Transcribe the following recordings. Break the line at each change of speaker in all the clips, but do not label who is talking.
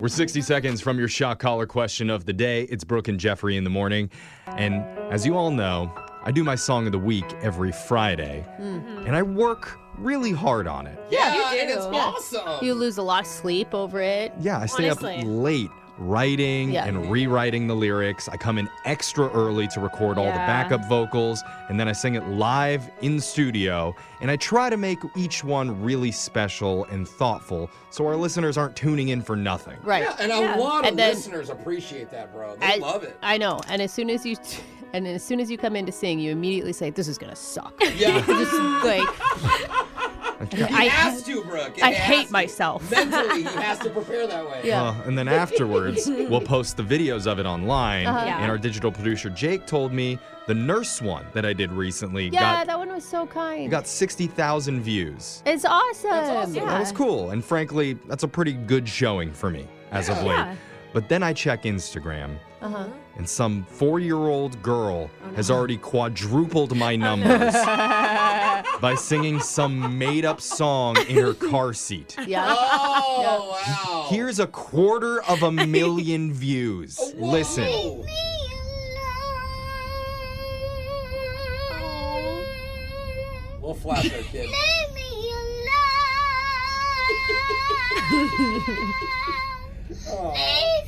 We're 60 seconds from your shock collar question of the day. It's Brooke and Jeffrey in the morning. And as you all know, I do my song of the week every Friday,
Mm-hmm.
and I work really hard on it.
Yeah,
you
and
do.
it's
Yeah.
awesome.
You lose a lot of sleep over it.
Yeah, I stay up
Honestly.
late writing
Yeah.
and rewriting the lyrics. I come in extra early to record all the
Yeah.
backup vocals, and then I sing it live in studio. And I try to make each one really special and thoughtful so our listeners aren't tuning in for nothing.
Right.
yeah, and a lot of
And then-
listeners appreciate that, bro. They
I-
love it.
I know. And as soon as you, and as soon as you come in to sing, you immediately say, "This is gonna suck."
yeah,
Just like
he
I-
has to, Brooke. He
I
has
hate
to.
myself.
Mentally, he has to prepare that way.
Yeah.
Uh, and then afterwards, we'll post the videos of it online.
Yeah.
And our digital producer, Jake, told me the nurse one that I did recently
yeah,
got,
that one was so kind.
got 60,000 views.
it's awesome.
awesome.
Yeah.
That was cool. And frankly, that's a pretty good showing for me as of
Yeah.
late.
Yeah.
But then I check Instagram,
Uh-huh.
and some four year old girl has already quadrupled my numbers by singing some made up song in her car seat.
Yeah.
Oh, wow.
Here's a quarter of a million views.
Whoa.
Listen.
We'll flap her, kid. Oh.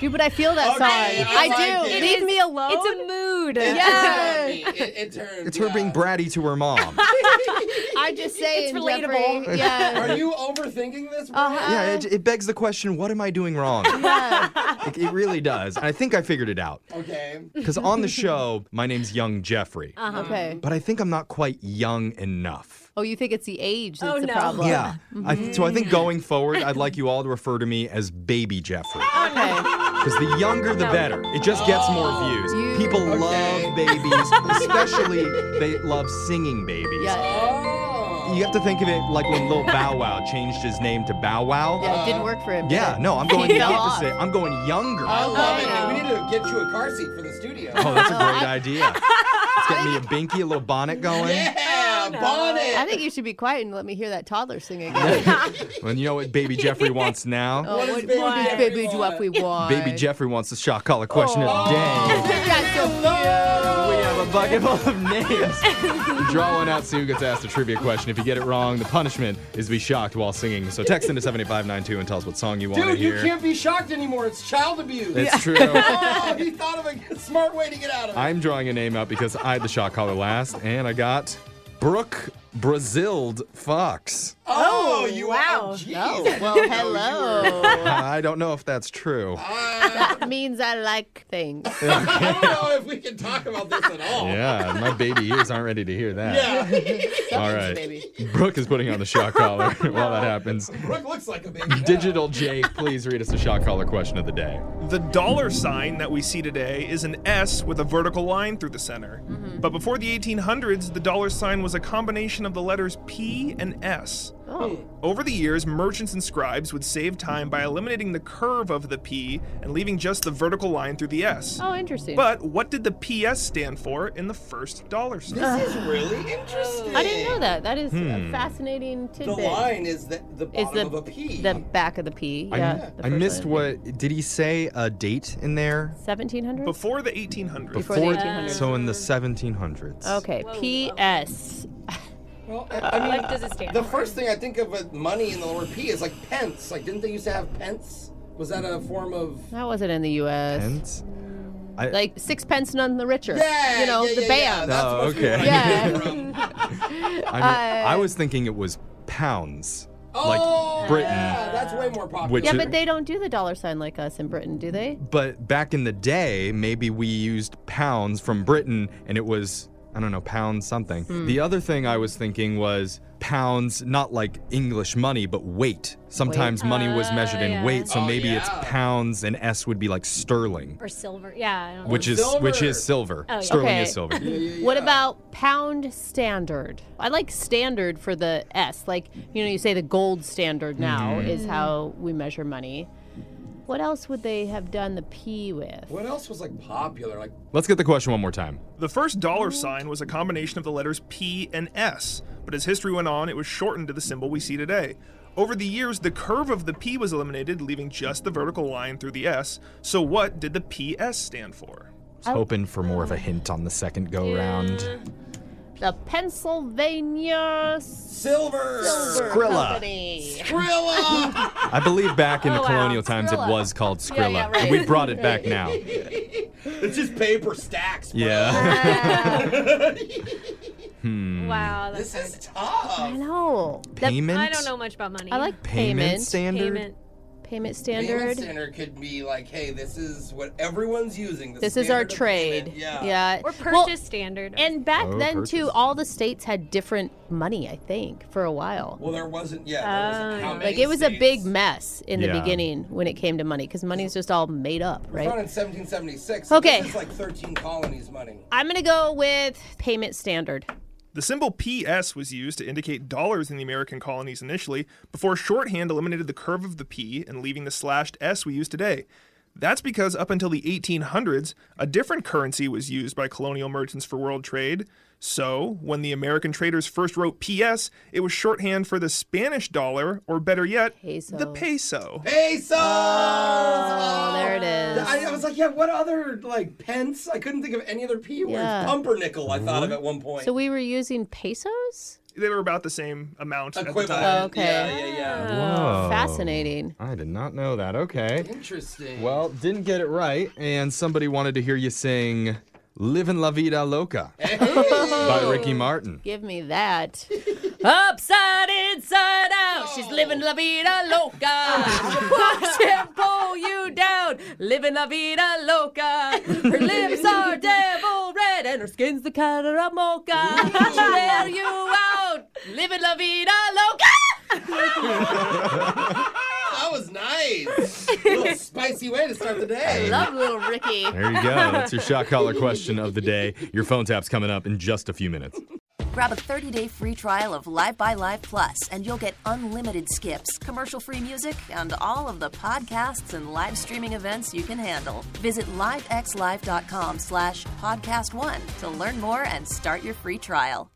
Dude, but I feel that
Okay,
song.
I
I,
like
do.
it.
Leave me alone.
It's a mood.
Yeah.
It, it turns.
It's her
yeah.
being bratty to her mom.
I just say
It's relatable.
Yeah.
Are you overthinking this? Bro?
Uh-huh.
yeah, it, it begs the question what am I doing wrong? It, it really does. And I think I figured it out.
Okay.
Because on the show, my name's Young Jeffrey.
Uh. Okay.
but I think I'm not quite young enough.
Uh-huh. Oh, you think it's the age that's
Oh,
the
no.
problem?
Yeah.
Mm-hmm.
I, so I think going forward, I'd like you all to refer to me as Baby Jeffrey.
Okay.
Because the younger, the better. It just gets more views.
You-
People
Okay.
love babies, especially they love singing babies.
Yeah.
Oh.
You have to think of it like when Lil Bow Wow changed his name to Bow Wow.
Yeah. It didn't work for him. did
Yeah,
it?
no, I'm going the
fell
opposite. I'm going younger.
I love
I
it.
know.
We need to get you a car seat for the studio.
Oh, that's a great idea. It's getting me a binky, a little bonnet going.
yeah, bonnet.
Oh, I think you should be quiet and let me hear that toddler sing again.
And you know what Baby Jeffrey wants now?
Oh,
What is
what,
baby
what does
Jeffrey
baby
want?
Jeffrey want?
Baby Jeffrey wants the shot collar question of the day.
That's so
We Oh. have a bucket full of names. Draw one out, see who gets asked a trivia question. If you get it wrong, the punishment is to be shocked while singing. So text into 7592 and tell us what song you want to
Dude, you
hear.
can't be shocked anymore. It's child abuse.
That's true.
oh, he thought of a smart way to get out of it.
I'm drawing a name out because I had the shot collar last, and I got Brooke Braziled Fox.
oh, you
wow.
Oh, geez.
Oh, well, hello.
I don't know if that's true.
Uh,
that means I like things.
I don't know if we can talk about this at all.
Yeah, my baby ears aren't ready to hear that.
Yeah.
All right.
baby.
Brooke is putting on the shot collar while that happens.
Brooke looks like a baby. now.
Digital Jake, please read us the shot collar question of the day.
The dollar sign that we see today is an S with a vertical line through the center. But before the 1800s, the dollar sign was a combination of the letters P and S.
Oh.
Hmm.
Over the years, merchants and scribes would save time by eliminating the curve of the P and leaving just the vertical line through the S.
Oh, interesting.
But what did the PS stand for in the first dollar sign?
This is really interesting.
I didn't know that. That is
Hmm.
a fascinating
The
tidbit.
line is the, the bottom
is the,
of a P.
the back of the P.
I-
yeah, the
I
first
missed
line.
what did he say a date in there?
1700?
Before the 1800s.
Before the
Fourth-
1800s.
So in the 1700s.
Okay, P.S.
well, I,
uh,
I mean,
What does it stand
the
for?
first thing I think of with money in the lower P is like pence. Like, didn't they used to have pence? Was that a form of.
That wasn't in the U.S.
And I,
Like sixpence none the richer.
Yeah,
you know,
yeah,
the
yeah,
band.
Yeah,
Oh,
that's
okay.
Yeah.
okay. Yeah.
I, mean,
uh,
I was thinking it was pounds,
oh,
like Britain.
Yeah, that's way more popular.
Which
Yeah,
to-
but they don't do the dollar sign like us in Britain, do they?
But back in the day, maybe we used pounds from Britain, and it was I don't know pound something.
Hmm.
The other thing I was thinking was pounds, not like English money, but weight. Sometimes money was measured in weight, so
Oh,
maybe it's
yeah.
pounds, and S would be like sterling,
Or silver. Yeah. I don't know.
which is which is silver.
Oh, yeah.
Sterling is
Okay.
silver.
What about pound standard? I like standard for the S. Like, you know, you say the gold standard now is how we measure money. What else would they have done the P with?
What else was like popular? Like
Let's get the question one more time.
Oh.
The first dollar sign was a combination of the letters P and S, but as history went on, it was shortened to the symbol we see today. Over the years, the curve of the P was eliminated, leaving just the vertical line through the S. So, what did the PS stand for?
I was hoping for more of a hint on the second go round.
The Pennsylvania
silver,
Silver
Skrilla.
Company.
Skrilla.
I believe back in the
Oh, wow.
colonial times it
Skrilla.
was called Skrilla.
yeah, right.
We brought it back now.
it's just paper stacks. bro.
Yeah.
Wow, that's
This
hard.
is tough.
I know. That
Payment.
I don't know much about money.
I like
Payment,
payment.
standard.
payment.
Payment
Payment
standard.
standard could be like, hey, this is what everyone's using.
This is our
standard of payment.
trade. yeah.
Or purchase
Well,
standard.
and back
Oh,
then too,
purchase.
all the states had different money. I think for a while.
Well, there wasn't. Yeah. There wasn't how many
Oh, like it was a big
states.
mess in
Yeah.
the beginning when it came to money because money's just all made up,
It was founded
right?
in 1776. so
Okay.
This is like 13 colonies money.
I'm gonna go with payment standard.
The symbol PS was used to indicate dollars in the American colonies initially, before shorthand eliminated the curve of the P and leaving the slashed S we use today. That's because up until the 1800s, a different currency was used by colonial merchants for world trade. So, when the American traders first wrote PS, it was shorthand for the Spanish dollar, or better yet, the
Peso.
peso.
Pesos.
Oh, there it is.
I, I was like, yeah, what other like pence? I couldn't think of any other P words.
Yeah.
Pumpernickel, I
Mm-hmm.
thought of at one point.
So we were using pesos.
They were about the same amount at the
Equivalent.
time.
Oh, Okay.
Yeah, yeah, yeah.
Uh,
Whoa.
Fascinating.
I did not know that. Okay.
Interesting.
Well, didn't get it right, and somebody wanted to hear you sing "Livin' La Vida Loca" by Ricky Martin.
Give me that. Upside inside out, she's living la vida loca. Watch him pull you down, living la vida loca. Her lips are devil red and her skin's the color of mocha. She'll air you out, living la vida loca.
that was nice. a little spicy way to start the day.
Love little Ricky.
There you go. That's your shot collar question of the day. Your phone tap's coming up in just a few minutes.
Grab a 30-day free trial of Live by Live Plus, and you'll get unlimited skips, commercial-free music, and all of the podcasts and live streaming events you can handle. Visit livexlive.com slash podcast one to learn more and start your free trial.